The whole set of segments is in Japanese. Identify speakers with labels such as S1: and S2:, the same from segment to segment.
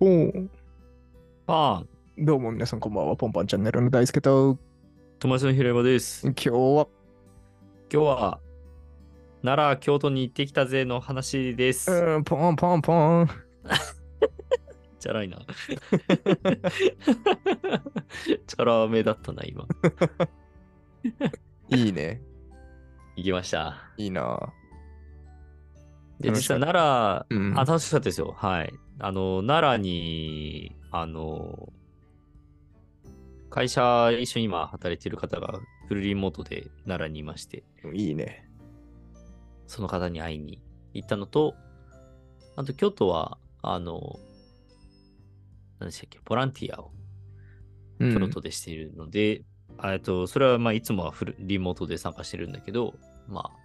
S1: おー
S2: パン
S1: どうも皆さんこんばんは、ポンパンチャンネルの大輔と、
S2: 友達の平山です。
S1: 今日は、
S2: 今日は、奈良、京都に行ってきたぜの話です。
S1: うーん、ポンポンポン。
S2: チャラいな。 チャラめだったな、今。
S1: いいね、
S2: 行きました。
S1: いいな。
S2: で、
S1: 楽
S2: 実
S1: しか
S2: は
S1: っ
S2: 奈良、あ、
S1: うん
S2: 楽しかったですよ。はい。あの、奈良に、あの、会社一緒に今働いている方がフルリモートで奈良にいまして、
S1: いいね。
S2: その方に会いに行ったのと、あと京都は、あの、何でしたっけ、ボランティアを
S1: うん
S2: 京都でしているので、あえっとそれはまあいつもはフルリモートで参加してるんだけど、まあ、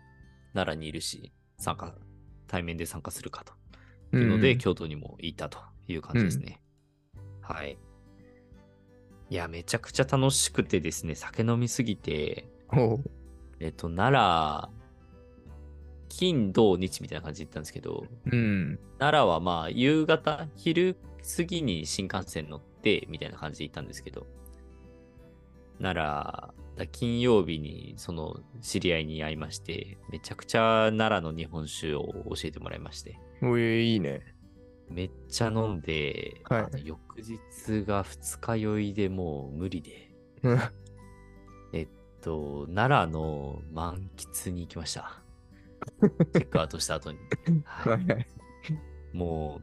S2: 奈良にいるし、参加、対面で参加するかというので、
S1: うん
S2: 京都にも行ったという感じですね。はい。いや、めちゃくちゃ楽しくてですね、酒飲みすぎて、
S1: おう
S2: えっと、奈良、金、土、日みたいな感じで行ったんですけど、
S1: うん。
S2: 奈良はまあ夕方、昼過ぎに新幹線乗ってみたいな感じで行ったんですけど、奈良、だ金曜日にその知り合いに会いまして、めちゃくちゃ奈良の日本酒を教えてもらいまして、
S1: おい、いい ね。
S2: めっちゃ飲んで、
S1: はい
S2: あの翌日が二日酔いでもう無理で、
S1: うん
S2: えっと、奈良の満喫に行き ました。チェックアウトした後に。はい
S1: はいはい。
S2: も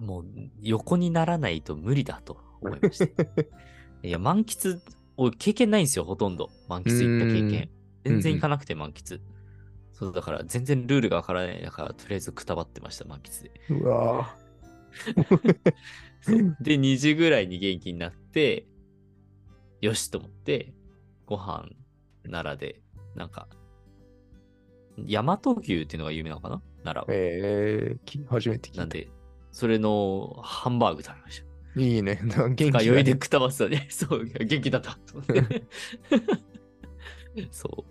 S2: う、もう横にならないと無理だと思い ました。いや、満喫、俺経験ないんですよ、ほとんど。満喫行った経験。
S1: うん
S2: 全然行かなくて満喫。そうだから、全然ルールがわからないだから、とりあえずくたばってました、満喫で。
S1: うわ
S2: そうで、2時ぐらいに元気になって、よしと思って、ご飯奈良で、なんか、大和牛っていうのが有名なのかな奈
S1: ぁ。
S2: 良は。
S1: えー、き初めて聞
S2: ないん
S1: た。
S2: で、それのハンバーグ食べました。
S1: いいね。なんか元気
S2: が
S1: だね
S2: 酔いでくたばってたね。 そう、元気だったと思って。 そう。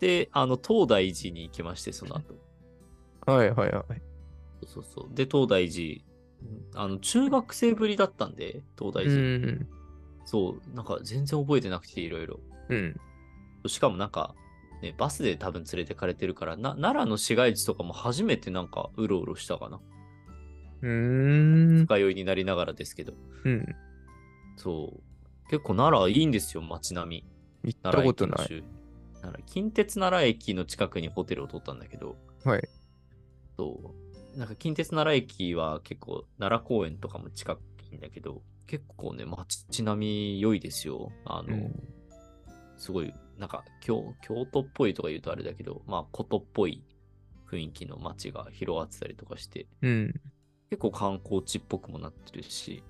S2: で、あの、東大寺に行きまして、その後。
S1: はいはいはい。
S2: そうそうそう。で、東大寺、あの、中学生ぶりだったんで、東大
S1: う
S2: 寺。
S1: ん。
S2: そう、なんか全然覚えてなくて、いろいろ。
S1: うん。
S2: しかもなんか、ね、バスで多分連れてかれてるからな、奈良の市街地とかも初めてなんかうろうろしたかな。
S1: うーん。
S2: 通いになりながらですけど。
S1: うん。
S2: そう。結構奈良いいんですよ、街並み。
S1: 行った
S2: 奈良
S1: こと
S2: 駅の
S1: ない。
S2: 周辺奈良近鉄奈良駅の近くにホテルを取ったんだけど、
S1: はい。
S2: そうなんか近鉄奈良駅は結構奈良公園とかも近いんだけど、結構ね、街並み良いですよ。あの、
S1: うん
S2: すごい、なんか京京都っぽいとか言うとあれだけど、まあ、古都っぽい雰囲気の街が広がってたりとかして、
S1: うん。
S2: 結構観光地っぽくもなってるし、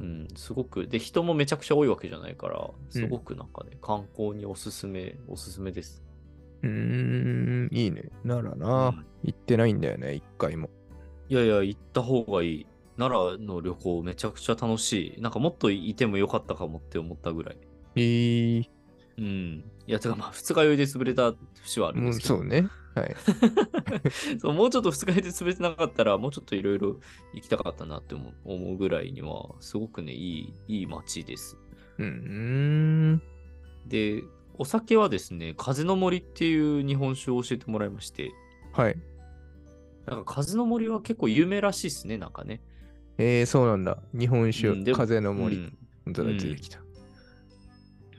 S2: うん、すごく、で、人もめちゃくちゃ多いわけじゃないから、すごくなんかね、観光におすすめ、おすすめです。
S1: うーん。いいね。ならな、
S2: うん
S1: 行ってないんだよね、一回も。
S2: いやいや、行った方がいい。奈良の旅行めちゃくちゃ楽しい。なんかもっといてもよかったかもって思ったぐらい。
S1: えー。
S2: うん。いや、てかまあ、二日酔いで潰れた節はあるん
S1: う
S2: で
S1: ん、
S2: すけど、
S1: そうね。はい。
S2: そうもうちょっと二日酔いで潰れてなかったら、もうちょっといろいろ行きたかったなって思う思うぐらいには、すごくね、いい、いい街です。
S1: うん。
S2: で、お酒はですね、風の森っていう日本酒を教えてもらいまして、
S1: はい。
S2: なんか風の森は結構有名らしいですね、なんかね。
S1: えー、そうなんだ。日本酒、
S2: うんでも
S1: 風の森。
S2: うん
S1: 本当だ、
S2: うん
S1: 出てきた。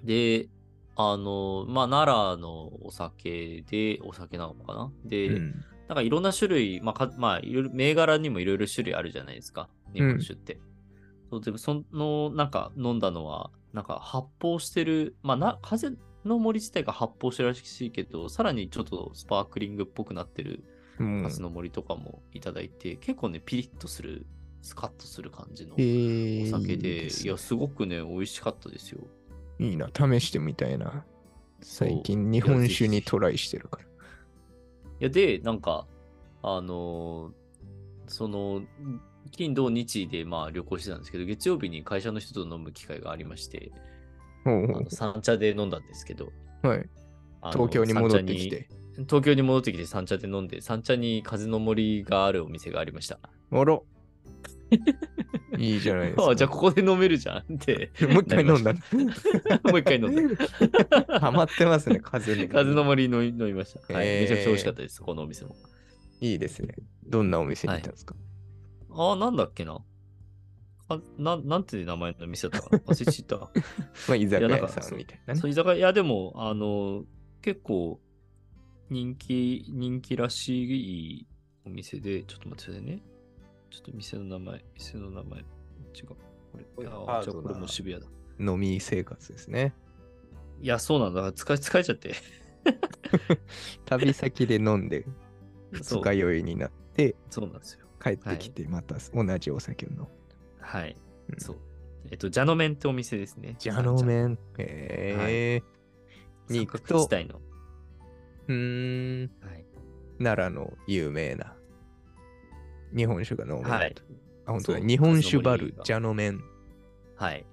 S2: で、あの、まあ、奈良のお酒で、お酒なのかなで、
S1: うん。
S2: なんかいろんな種類、まあ、かまあ、いろいろ、銘柄にもいろいろ種類あるじゃないですか、日本酒って。そうでも、その、なんか飲んだのは、なんか発泡してる、まあな、風の森自体が発泡してるらしいけど、さらにちょっとスパークリングっぽくなってる
S1: うん
S2: カスの森とかもいただいて、結構ね、ピリッとする、スカッとする感じの
S1: え
S2: お
S1: ー、
S2: 酒で、
S1: いい
S2: い
S1: すね
S2: や、すごくね、美味しかったですよ。
S1: いいな、試してみたいな。
S2: そう
S1: 最近、
S2: い
S1: 日
S2: や
S1: 本
S2: ぜひ
S1: 酒にトライしてるから。
S2: いや、で、なんか、あのーその、金、土、日で、まあ、旅行してたんですけど、月曜日に会社の人と飲む機会がありまして、
S1: おう
S2: あ
S1: お
S2: の三茶で飲んだんですけど、
S1: うはい、
S2: あの
S1: 東京に戻ってき。
S2: 三
S1: て。
S2: 茶に東京に戻ってきて三茶で飲んで、三茶に風の森があるお店がありました。
S1: あら、いいじゃないです
S2: あ
S1: か。
S2: あ、じゃあここで飲めるじゃんって。
S1: もう一回飲んだ。
S2: もう一回飲んで。
S1: ハマってますね、風の。
S2: 風の森飲み飲みました、はい
S1: えー
S2: めちゃくちゃ美味しかったです、このお店も。
S1: いいですね。どんなお店に行ったんですか、
S2: ああ、なんだっけな。あなんなんていう名前の店だったかな忘れちゃっ
S1: まあ、居酒
S2: いやなん
S1: 屋
S2: か
S1: さんみたいな
S2: た。
S1: ね。
S2: そう居酒屋いやでも、あの、結構人気、人気らしいお店で、ちょっと待ってくださいね。ちょっと店の名前、店の名前。違う。こ
S1: こ
S2: れ、
S1: れ
S2: あ
S1: ハ
S2: あ、
S1: ードな
S2: じゃあこれも渋谷だ。
S1: 飲み生活です ね。
S2: いや、そうなんだ。だから疲れ疲れちゃって。
S1: 旅先で飲んで、
S2: そ
S1: 二
S2: う
S1: 日酔いになって、
S2: そうなんですよ。
S1: 帰ってきて、また同じお酒を飲む。
S2: はい。
S1: うん
S2: そう。えっと、ジャノメンってお店ですね。
S1: ジャノメン。へえ。に行
S2: 肉
S1: く
S2: と。
S1: と
S2: 地、帯の。
S1: うーん、
S2: はい。
S1: 奈良の有名な日本酒が飲めると。
S2: はい。
S1: あ、本当だ。
S2: そう
S1: 日本酒バ
S2: 風の
S1: ル
S2: 森、が
S1: ジャノメン。
S2: はい。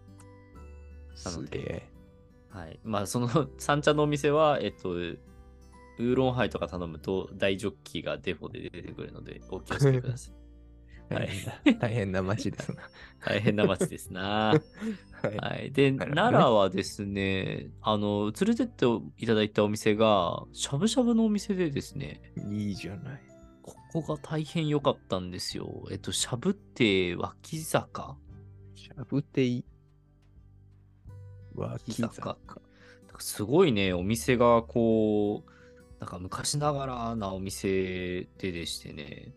S2: な
S1: す
S2: ので
S1: げえ。
S2: はい。まあ、その 三茶のお店は、えっと、ウーロンハイとか頼むと大ジョッキーがデフォで出てくるので、お気をつけください。 はい
S1: い、大変な街ですな。
S2: 大変な街ですな。
S1: はい
S2: はい。で、
S1: なるほどね
S2: 奈良はですね、あの、連れてっていただいたお店が、しゃぶしゃぶのお店でですね、
S1: いいじゃない。
S2: ここが大変良かったんですよ。えっと、しゃぶって脇坂
S1: しゃぶてい。わき
S2: 脇坂か。なんかすごいね、お店がこう、なんか昔ながらなお店ででしてね、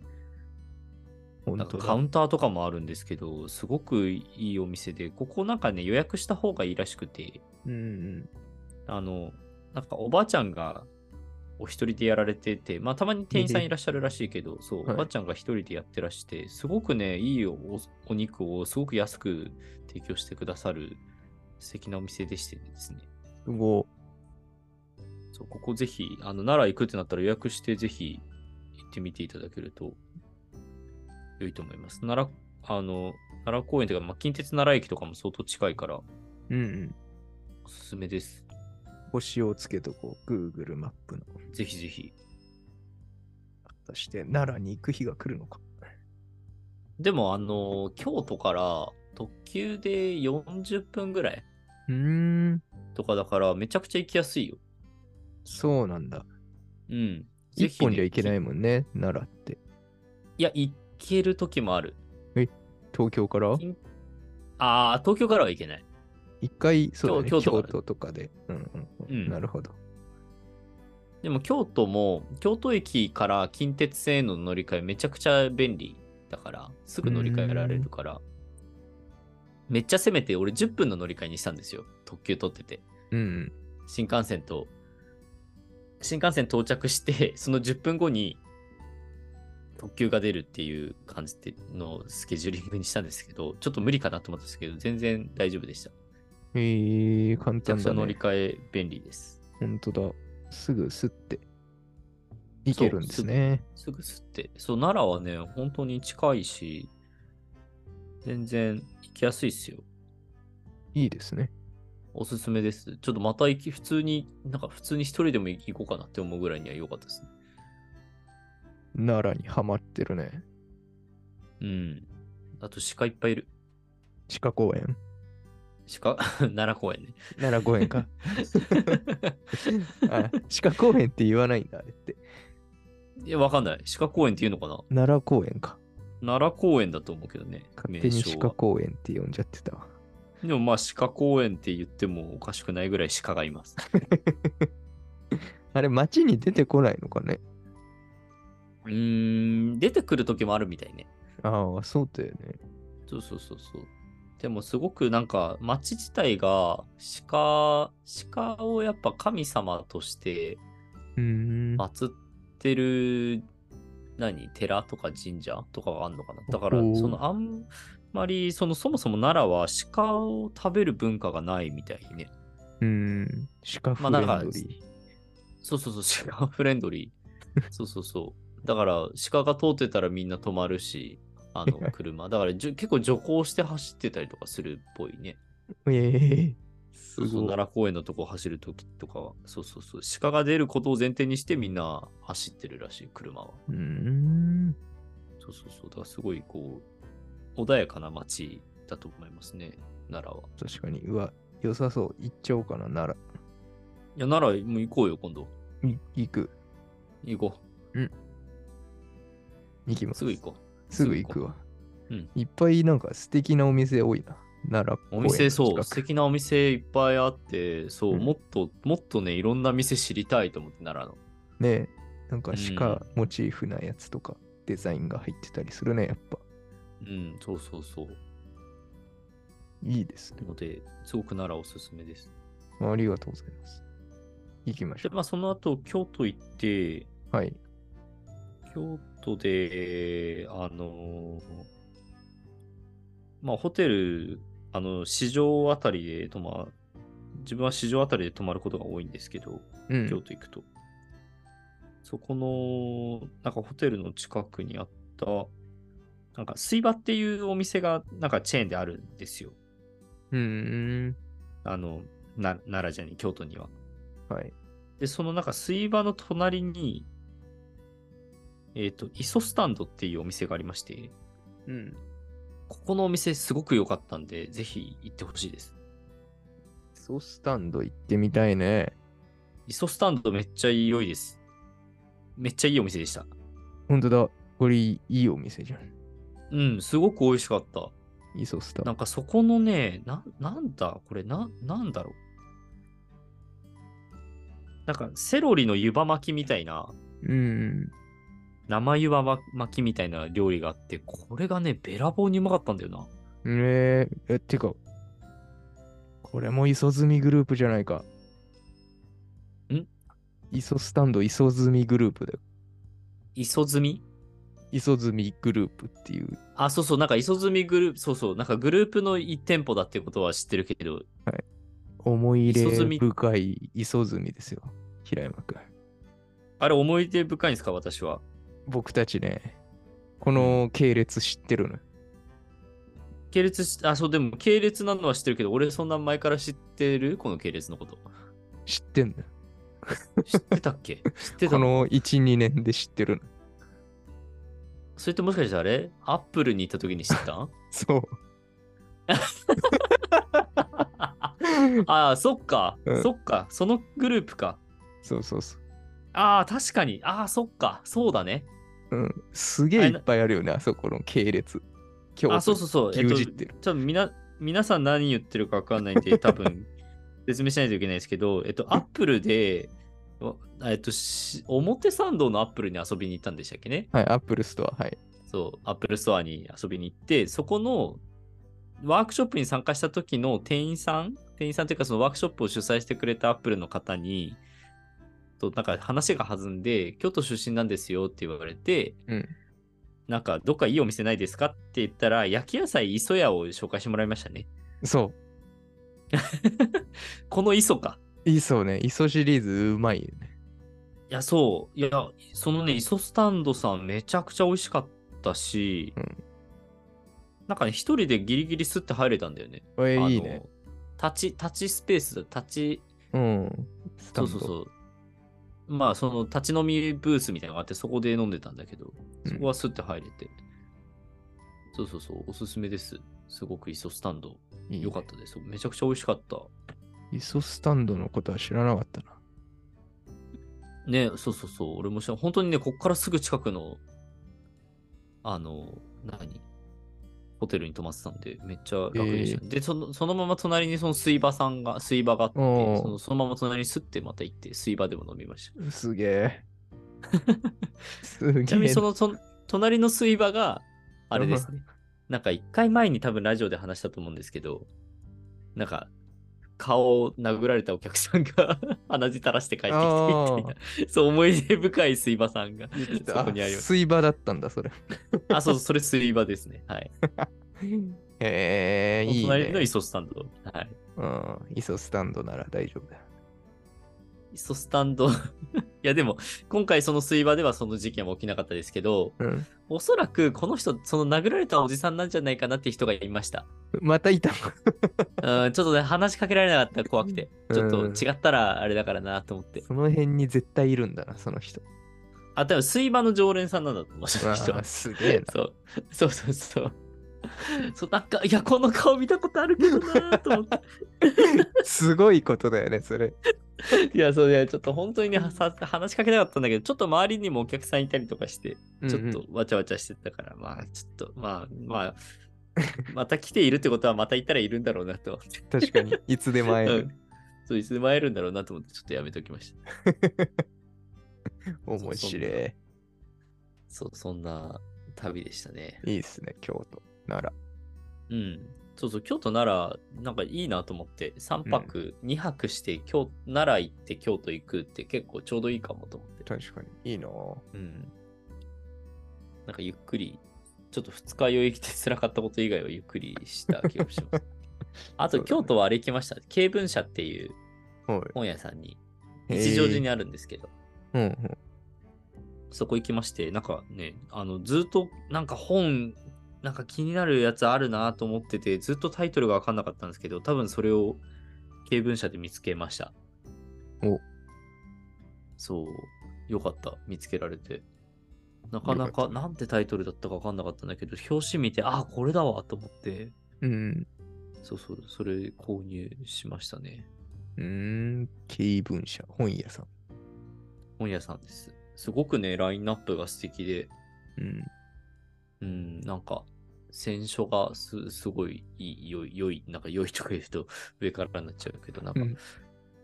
S1: 本
S2: なん
S1: 当
S2: か
S1: だ
S2: カウンターとかもあるんですけど、すごくいいお店で、ここなんかね、予約した方がいいらしくて、
S1: うんうん。
S2: あの、なんかおばあちゃんがお一人でやられてて、まあたまに店員さ
S1: え
S2: ん
S1: え
S2: いらっしゃるらしいけど、そう、
S1: はい
S2: おばあちゃんが一人でやってらして、すごくね、いいおお肉をすごく安く提供してくださる素敵なお店でしてですね。
S1: すご
S2: そう、ここぜひ、あの、奈良行くってなったら予約して、ぜひ行ってみていただけると良いと思います。奈良、あの、奈良公園というか、まあ、近鉄奈良駅とかも相当近いから、
S1: い。うんうん。
S2: おすすめです。
S1: 星をつけとこう。Google マップの。
S2: ぜひぜひ。
S1: そして、奈良に行く日が来るのか。
S2: でも、あの、京都から特急で40分ぐらいう
S1: ーん。
S2: とかだから、めちゃくちゃ行きやすいよ。
S1: そうなんだ。
S2: うん。ぜ
S1: 一
S2: ひね
S1: 本じゃ行けない
S2: き
S1: もんね。奈良って。
S2: いや、行ける時もある。
S1: 東京から
S2: 近ああ、東京からは行けない。
S1: 一回、そうだね、
S2: 京
S1: 京
S2: 京都から
S1: 都とかで。うんうんうん。
S2: うん
S1: なるほど。
S2: でも京都も京都駅から近鉄線への乗り換えめちゃくちゃ便利だからすぐ乗り換えられるからめっちゃ攻めて俺10分の乗り換えにしたんですよ特急取ってて
S1: うんうん。
S2: 新幹線と新幹線到着してその10分後に特急が出るっていう感じのスケジューリングにしたんですけどちょっと無理かなと思ったんですけど全然大丈夫でしため
S1: えー、簡
S2: ちゃ
S1: 単
S2: くちゃ
S1: だ
S2: 乗り
S1: ね。
S2: 換え便利です
S1: 本当だ。すぐすって。行けるんですね。
S2: すぐ吸って。そう、奈良はね、本当に近いし、全然行きやすいっすよ。
S1: いいですね。
S2: おすすめです。ちょっとまた行き、普通に、なんか普通に一人でも行こうかなって思うぐらいには良かったですね。
S1: 奈良にハマってるね。
S2: うん。あと鹿いっぱいいる。
S1: 鹿公園。
S2: 鹿 奈良公園ね。
S1: 奈良公園 か。あ鹿公園って言わないんだ、あれって。
S2: いや、わかんない。鹿公園っていうのかな
S1: 奈良公園か。
S2: 奈良公園だと思うけどね。
S1: 勝手
S2: 名
S1: に
S2: 称
S1: 鹿
S2: は。
S1: 公園って呼んじゃってたわ。
S2: でもまあ鹿公園って言ってもおかしくないぐらい鹿がいます。
S1: あれ、街に出てこないのかね。
S2: うーん、出てくる時もあるみたいね。
S1: ああ、そうだよね。
S2: そうそうそうそう。でもすごくなんか町自体が鹿、鹿をやっぱ神様として
S1: うーん。
S2: 祀ってる何寺とか神社とかがあるのかな。だから
S1: おー
S2: そのあんまりそのそもそも奈良は鹿を食べる文化がないみたいね。
S1: うーん。鹿
S2: ま
S1: フレ
S2: あな
S1: ン
S2: んか
S1: ドリ
S2: そうそうそう、鹿フレンドリー。そうそうそう。だから鹿が通ってたらみんな止まるし、あの車。だからじゅ結構徐行して走ってたりとかするっぽいね。
S1: ー。ええす
S2: そうそう
S1: ごい。
S2: 奈良公園のとこ走るときとかは、そうそうそう、鹿が出ることを前提にしてみんな走ってるらしい、車は。
S1: うーん。
S2: そうそうそう、だからすごいこう、穏やかな街だと思いますね、奈良は。
S1: 確かに。うわ、良さそう。行っちゃおうかな、なら。
S2: いや、奈良もう行こうよ、今度。
S1: い行く。
S2: 行こ
S1: 行きま
S2: う。
S1: す。
S2: すぐ行こ
S1: すぐ行くわ。
S2: うん
S1: いっぱいなんか素敵なお店多いな。奈良
S2: う。お店、
S1: 公園
S2: そ
S1: の
S2: う、
S1: 近
S2: 素
S1: く
S2: 敵なお店いっぱいあって、そう、
S1: うん
S2: もっと、もっとね、いろんな店知りたいと思って、奈良の。
S1: ねえなんか
S2: うん
S1: 鹿モチーフなやつとかデザインが入ってたりするね、やっぱ。
S2: うん、そうそうそう。
S1: いいですね。
S2: ので、すごく奈良おすすめです。
S1: ありがとうございます。行きまし
S2: で、
S1: ょ
S2: まあ、その後、京都行って、
S1: う。はい。
S2: 京都で、あのーまあ、ホテル、あの、市場あたりで泊ま、自分は市場あたりで泊まることが多いんですけど、
S1: う
S2: 京
S1: ん。
S2: 都行くと。そこの、なんかホテルの近くにあった、なんか水場っていうお店が、なんかチェーンであるんですよ。
S1: うーん。
S2: あの、な奈良じゃねえ京都には。
S1: はい。
S2: で、そのなんか水場の隣に、えっ、と、イソスタンドっていうお店がありまして、
S1: うん。
S2: ここのお店すごく良かったんで、ぜひ行ってほしいです。
S1: ソースタンド行ってみたいね。
S2: イソスタンドめっちゃ良いです。めっちゃいいお店でした。
S1: ほんとだ。これいいお店じゃん。
S2: うん、すごく美味しかった。
S1: イソスタン
S2: な
S1: ド。
S2: んかそこのね、な、なんだこれな、なんだろう。なんかセロリの湯葉巻きみたいな、
S1: うん。
S2: 生湯葉巻きみたいな料理があって、これがね、べらぼうにうまかったんだよな。
S1: ねええ、てか、これも磯積みグループじゃないか。
S2: ん
S1: 磯スタンド磯積みグループだよ。
S2: 磯積み
S1: 磯積みグループっていう。
S2: あ、そうそう、なんか磯積みグループ、そうそう、なんかグループの1店舗だってことは知ってるけど、
S1: 思い
S2: 磯積み
S1: 入れ深い磯積みですよ。平山くん。
S2: あれ思い出深いんですか、私は。
S1: 僕たちね、この系列知ってるのよ。
S2: 系列し、あ、そう、でも系列なのは知ってるけど、俺そんな前から知ってるこの系列のこと。
S1: 知ってんのよ。
S2: 知ってたっ け知ってた
S1: この1、2年で知ってるの。
S2: それってもしかしてあれアップルに行った時に知った ん
S1: そう。
S2: ああ、そっか、
S1: うん
S2: そっか、そのグループか。
S1: そうそうそう。
S2: ああ、確かに。ああ、そっか、そうだね。
S1: うん。すげえいっぱいあるよね、あそこの系列。今日
S2: あ、そうそうそう。えっ
S1: 牛耳
S2: と、ち
S1: っ
S2: ょ
S1: てる。
S2: っとみな皆さん何言ってるか分かんない んで、多分説明しないといけないですけど、えっと、アップルで、おえっと、し表参道のアップルに遊びに行ったんでしたっけね。
S1: はい、アップルストア、はい。
S2: そう、アップルストアに遊びに行って、そこのワークショップに参加した時の店員さん、店員さんというかそのワークショップを主催してくれたアップルの方に、となんか話が弾んで、京都出身なんですよって言われて、
S1: うん
S2: なんかどっかいいお店ないですかって言ったら、焼き野菜磯屋を紹介してもらいましたね。
S1: そ
S2: この磯か。
S1: う。磯ね、磯シリーズうまいよね。
S2: いや、そう。いや、そのね、磯スタンドさん、めちゃくちゃ美味しかったし、
S1: うん
S2: なんかね、一人でギリギリスって入れたんだよね。
S1: これ
S2: あの
S1: いいね。
S2: 立ち、立ちスペース、立ち、
S1: うん。スタ
S2: そ
S1: ンド
S2: うそうそう。まあ、その立ち飲みブースみたいなのがあって、そこで飲んでたんだけど、
S1: うん
S2: そこはスッて入れて。そうそうそう、おすすめです。すごくイソスタンド。
S1: いいね
S2: よかったです。めちゃくちゃ美味しかった。
S1: 磯スタンドのことは知らなかったな。
S2: ね、そうそうそう、俺もし本当にね、こっからすぐ近くの、あの、何ホテルに泊まってたんで、めっちゃ楽でしたね、で、その、そのまま隣にその水場さんが、水場があって、
S1: おー
S2: そのそのまま隣にすってまた行って、水場でも飲み ました。
S1: すげ え。すげえ。
S2: ちなみにその、その隣の水場が、あれですね。なんか一回前に多分ラジオで話したと思うんですけど、なんか、顔を殴られたお客さんが 鼻血垂らして帰ってきてみたいな、 そう思い出深い水場さんが
S1: 言ってた
S2: そこにあり
S1: あ
S2: ます。
S1: 水場だったんだ、それ。
S2: あ、そう、それ水場ですね。はい。
S1: へえ、いい、
S2: 隣の
S1: ね
S2: イ。ソスタンド。はい。
S1: うん。磯スタンドなら大丈夫だ。
S2: イソスタンド。い や、でも、今回その水場ではその事件は起きなかったですけど、
S1: うん。
S2: おそらくこの人、その殴られたおじさんなんじゃないかなって人がいました。
S1: またいたの
S2: うん、ちょっとね、話しかけられなかったら怖くて、ちょっと違ったらあれだからなと思って。
S1: その辺に絶対いるんだな、その人。
S2: あ、多分水場の常連さんなんだと思う、その人
S1: わあ
S2: は。
S1: すげえな。
S2: そうそうそうそう。そうなんかいやこの顔見たことあるけどなーと思って
S1: すごいことだよね、それ。
S2: いや、そういや、ちょっと本当にね、はさ話しかけたかったんだけど、ちょっと周りにもお客さんいたりとかして、ちょっ
S1: うんう
S2: と
S1: ん。
S2: わちゃわちゃしてたから、まあ、ちょっと、まあ、まあ、 また来ているってことは、またいたらいるんだろうなと思って。
S1: 確かに、いつでも会え
S2: う
S1: る
S2: ん。そういつでも会えるんだろうなと思って、ちょっとやめておきました。
S1: 面白い。
S2: そう、そんな旅でしたね。
S1: いいっすね、京都。なら。
S2: うん。そうそう、京都なら、なんかいいなと思って、3泊、2泊して、京、奈良行って京都行くって結構ちょうどいいかもと思って。
S1: 確かに。いいなぁ
S2: うん。なんかゆっくり、ちょっと二日酔いして辛かったこと以外はゆっくりした気がし ます。あと、
S1: そうだね
S2: 京都はあれ行きました。軽文社っていう
S1: はい。
S2: 本屋さんに、
S1: へー
S2: 吉祥寺にあるんですけど、
S1: うんうん。
S2: そこ行きまして、なんかね、あの、ずっとなんか本、なんか気になるやつあるなと思ってて、ずっとタイトルがわかんなかったんですけど、多分それを軽文社で見つけました。
S1: お
S2: そう、よかった、見つけられて。なかな
S1: よ
S2: か
S1: かった
S2: なんてタイトルだったかわかんなかったんだけど、表紙見て、ああ、これだわと思って、
S1: うん。
S2: そうそう、それ購入しましたね。
S1: うーん。軽文社、本屋さん。
S2: 本屋さんです。すごくね、ラインナップが素敵で、
S1: うん。
S2: うん、なんか、選書がすすごいいい良い、良い、なんか良いとか言うと上からになっちゃうけど、なんか、
S1: うん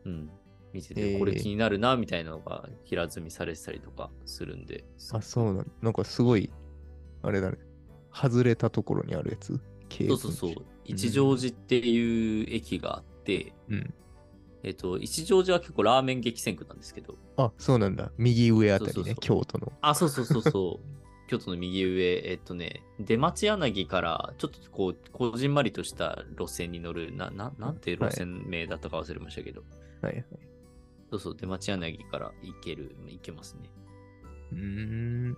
S2: うん、見て
S1: え
S2: て、
S1: ー
S2: これ気になるな、みたいなのが平積みされてたりとかするんで、そ
S1: あ、そうなんなんかすごい、あれだね。外れたところにあるやつ軽
S2: そ
S1: 文
S2: うそ
S1: 社
S2: うそう、一乗寺っていう駅があって、
S1: うん。
S2: えっと、一乗寺は結構ラーメン激戦区なんですけど、
S1: あ、そうなんだ。右上あたりね、
S2: そうそうそう
S1: 京都の。
S2: あ、そうそうそうそう。京都の右上、えっとね、出町柳から、ちょっとこう、こじんまりとした路線に乗る、な、ななんて路線名だったか忘れましたけど、
S1: はいはい。
S2: そうそう、出町柳から行ける、行けますね。
S1: うー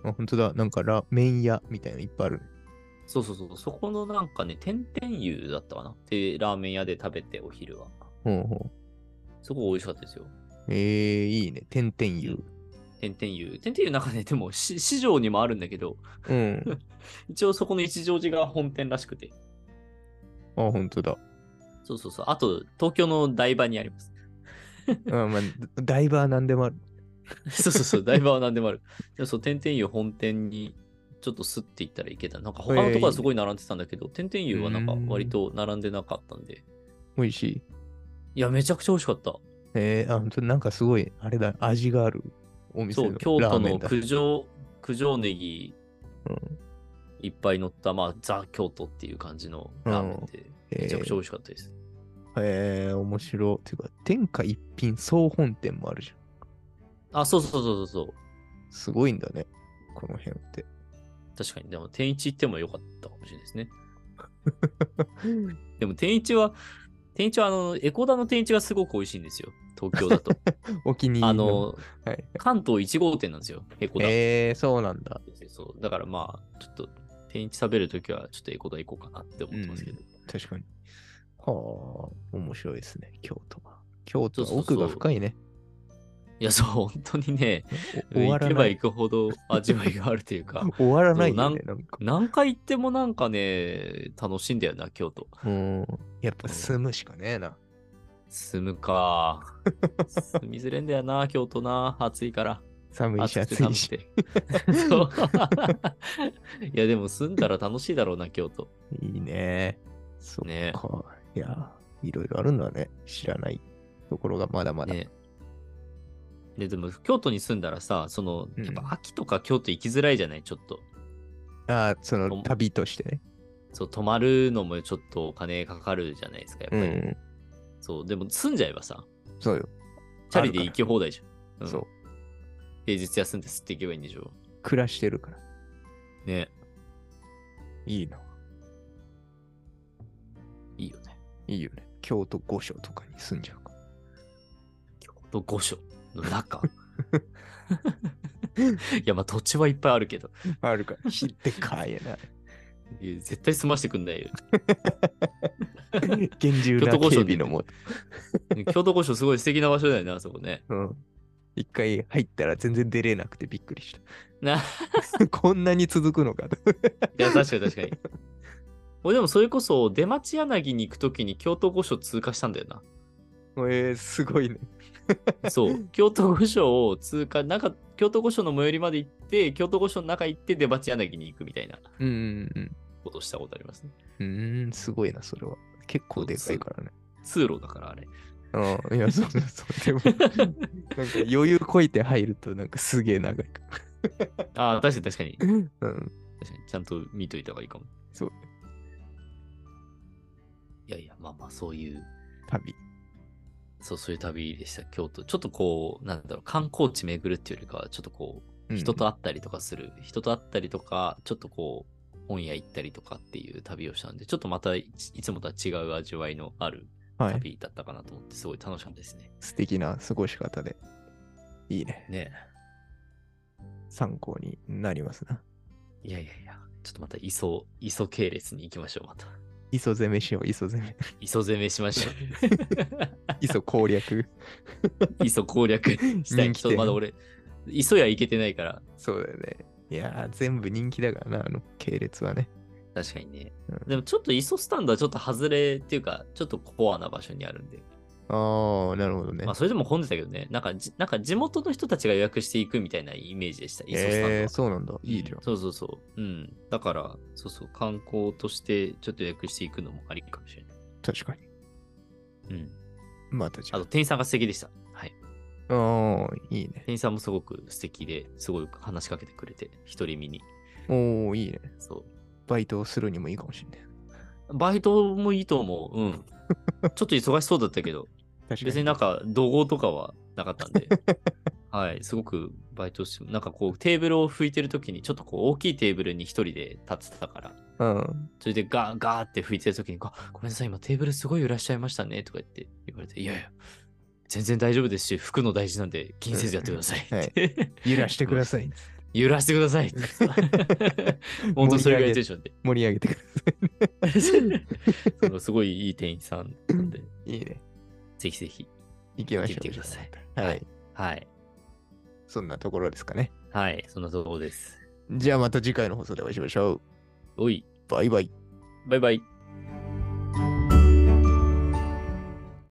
S1: ん。あ、本当だ。なんかラ、麺屋みたいなのいっぱいある。
S2: そうそうそう、そこのなんかね、天天湯だったかなで、ラーメン屋で食べて、お昼は。
S1: ほうほ
S2: すごい美味しかったですよ。
S1: う。えー、いいね。てんてん湯。
S2: 天天湯。天天湯なんかね、でも、し市場にもあるんだけど、
S1: うん。
S2: 一応そこの一乗寺が本店らしくて。
S1: あ、本当だ。
S2: そうそうそう。あと、東京の台場にあります。
S1: あまあ、だいぶは何でもある。
S2: そうそうそう、台場は何でもある。でもそう、天天湯本店にちょっとスッて行ったらいけた。なんか他のとこはすごい並んでたんだけど、天天湯はなんか割と並んでなかったんで。
S1: 美味しい。
S2: いや、めちゃくちゃ美味しかった。
S1: えー、あ、本当なんかすごい、あれだ、味があるお店
S2: そ
S1: の
S2: う、京都
S1: ラーメ
S2: の
S1: ンだ。
S2: 九条、九条ネギ
S1: うん
S2: いっぱい乗った、まあ、ザ・京都っていう感じのラーメンで、
S1: うん
S2: めちゃくちゃ美味しかったです。
S1: えー、面白い。てか、天下一品総本店もあるじゃん。
S2: あ、そうそうそうそうそう。
S1: すごいんだね。この辺って。
S2: 確かに、でも、天一行ってもよかったかもしれないですね。でも、天一は、天一は、あの、エコダの天一がすごく美味しいんですよ。東京 だと。
S1: お気に入
S2: あ
S1: りの。
S2: の、
S1: はい、
S2: 関東1号店なんですよ、エコダ。
S1: えー、そうなんだ。
S2: そうだからまあ、ちょっと、天一食べるときは、ちょっとエコダ行こうかなって思ってますけど。
S1: 確かに。はあ、面白いですね、京都は。京都は
S2: そうそ
S1: 奥
S2: うそう
S1: が深いね。
S2: いや、そう、本当にね、
S1: お終わら
S2: 行け
S1: な
S2: ば
S1: い。、
S2: 行くほど味わいがあるというか
S1: 終わらない
S2: そ
S1: よ
S2: う
S1: ね、なんか。
S2: 何回行ってもなんかね、楽しいんだよな、京都。
S1: うん。やっぱ住むしかねえな。
S2: 住む か。住みづれんだよな、京都な。暑いから。
S1: 寒いし
S2: 暑く
S1: 暑
S2: て
S1: い
S2: 寒
S1: し。
S2: くて。そう。 いや、でも住んだら楽しいだろうな、京都。
S1: いいね。そっか。
S2: ね
S1: いや、いろいろあるんだね。知らないところがまだまだ。
S2: ね。で、でも、京都に住んだらさ、その、
S1: うん
S2: やっぱ秋とか京都行きづらいじゃない、ちょっと。
S1: ああ、そ
S2: と
S1: の旅としてね。
S2: そう、泊まるのもちょっとお金かかるじゃないですか、やっぱ
S1: う
S2: り。
S1: ん。
S2: そう、でも住んじゃえばさ、
S1: そうよ。
S2: チャリで行き放題じゃん。ん
S1: そう。
S2: 平日休んで吸っていけばいいんでしょ
S1: 暮らしてるから。
S2: う。ね。
S1: いいな。
S2: いいよね。
S1: いいよね。京都御所とかに住んじゃうか。
S2: 京都御所の 中。いや、まあ土地はいっぱいあるけど、
S1: あるから。ひでかいや な。
S2: いや絶対住ましてくんないよ。
S1: 厳重
S2: 京
S1: な
S2: 都御
S1: 警
S2: 所
S1: 備のもと。
S2: 京都御所すごい素敵な場所だよね、あそこね。
S1: うん。一回入ったら全然出れなくてびっくりし
S2: ない
S1: た。こんなに続くのかと。
S2: や、確かに確かに。俺でもそれこそ出町柳に行くときに京都御所通過したんだよ
S1: えー、すごいね。
S2: な。そう。京都御所を通過、なんか京都御所の最寄りまで行って、京都御所の中行って出町柳に行くみたいな
S1: うんうん
S2: ことをしたことありますね。
S1: うん。うーん、すごいな、それは。結構でかいからね。
S2: 通路だからあれ。
S1: うん、いや、そうそうそう。で も、なんか余裕こいて入ると、なんかすげえ長いか
S2: ああ、確かに確かに。
S1: ら。うん。
S2: 確かにちゃんと見といた方がいいかも。
S1: そう。
S2: いやいや、まあまあ、そういう、
S1: 旅。
S2: そう、そういう旅でした、京都。ちょっとこう、なんだろう、観光地巡るっていうよりかは、ちょっとこ
S1: う
S2: う、
S1: ん
S2: 人と会ったりとかする、人と会ったりとか、ちょっとこう、本屋行ったりとかっていう旅をしたんで、ちょっとまたいいつもとは違う味わいのある
S1: はい。
S2: 旅だったかなと思って、すごい楽しかったですね。
S1: 素敵な過ごし方で。いいね。
S2: ね
S1: 参考になりますな。
S2: え。いやいやいや、ちょっとまた磯、磯系列に行きましょう、また。
S1: 磯攻めしよう、磯攻め。
S2: 磯攻めしましょう。
S1: 磯攻略。
S2: 磯攻略したい。
S1: 人気
S2: ちょっとまだ俺、磯や行けてないから、
S1: そうだよね。いやー、全部人気だからな、あの系列はね。
S2: 確かにね。
S1: うん
S2: でもちょっと磯スタンドはちょっと外れっていうか、ちょっとコアな場所にあるんで、
S1: ああ、なるほどね
S2: まあ。それでも混んでたけどね、なんかじなんか地元の人たちが予約していくみたいなイメージでした、磯スタンドは。
S1: えー、そうなんだ。いいじゃん
S2: うん。そうそうそう。うん。だから、そうそう、観光としてちょっと予約していくのもありかもしれない。
S1: 確かに。
S2: うん。
S1: またじゃ
S2: あと、店員さんが素敵でした。はい。
S1: あ。ああ、いいね。
S2: 店員さんもすごく素敵で、すごい話しかけてくれて、独り身に。
S1: おおいいね。
S2: そう。
S1: バイトをするにもいいかもしれない。
S2: バイトもいいと思 う。うん。ちょっと忙しそうだったけど、
S1: 確
S2: 別になんか怒号とかはなかったん で、はい、すごくバイトして、なんかこうテーブルを拭いてるときに、ちょっとこう大きいテーブルに一人で立ってたから、
S1: うん。
S2: それでガーガーって拭いてるときに、あごめんなさい、今テーブルすごい揺らしちゃいましたねとか言って言われて、いやいや、全然大丈夫ですし、拭くの大事なんで気にせずやってくださいって。
S1: はい揺らしてください。
S2: 揺らしてくださいって。本当それぐらいテンションで。
S1: 盛り上げてくださ
S2: そのすごいいい店員さんなんで、
S1: い。いいね。
S2: ぜひぜひ。
S1: 行きましょう。
S2: 行ってみてください
S1: は
S2: はいい。はい。
S1: そんなところですかね。
S2: はい。そんなところです。
S1: じゃあまた次回の放送でお会いしましょう。
S2: おい、
S1: バイバイ。
S2: バイバイ。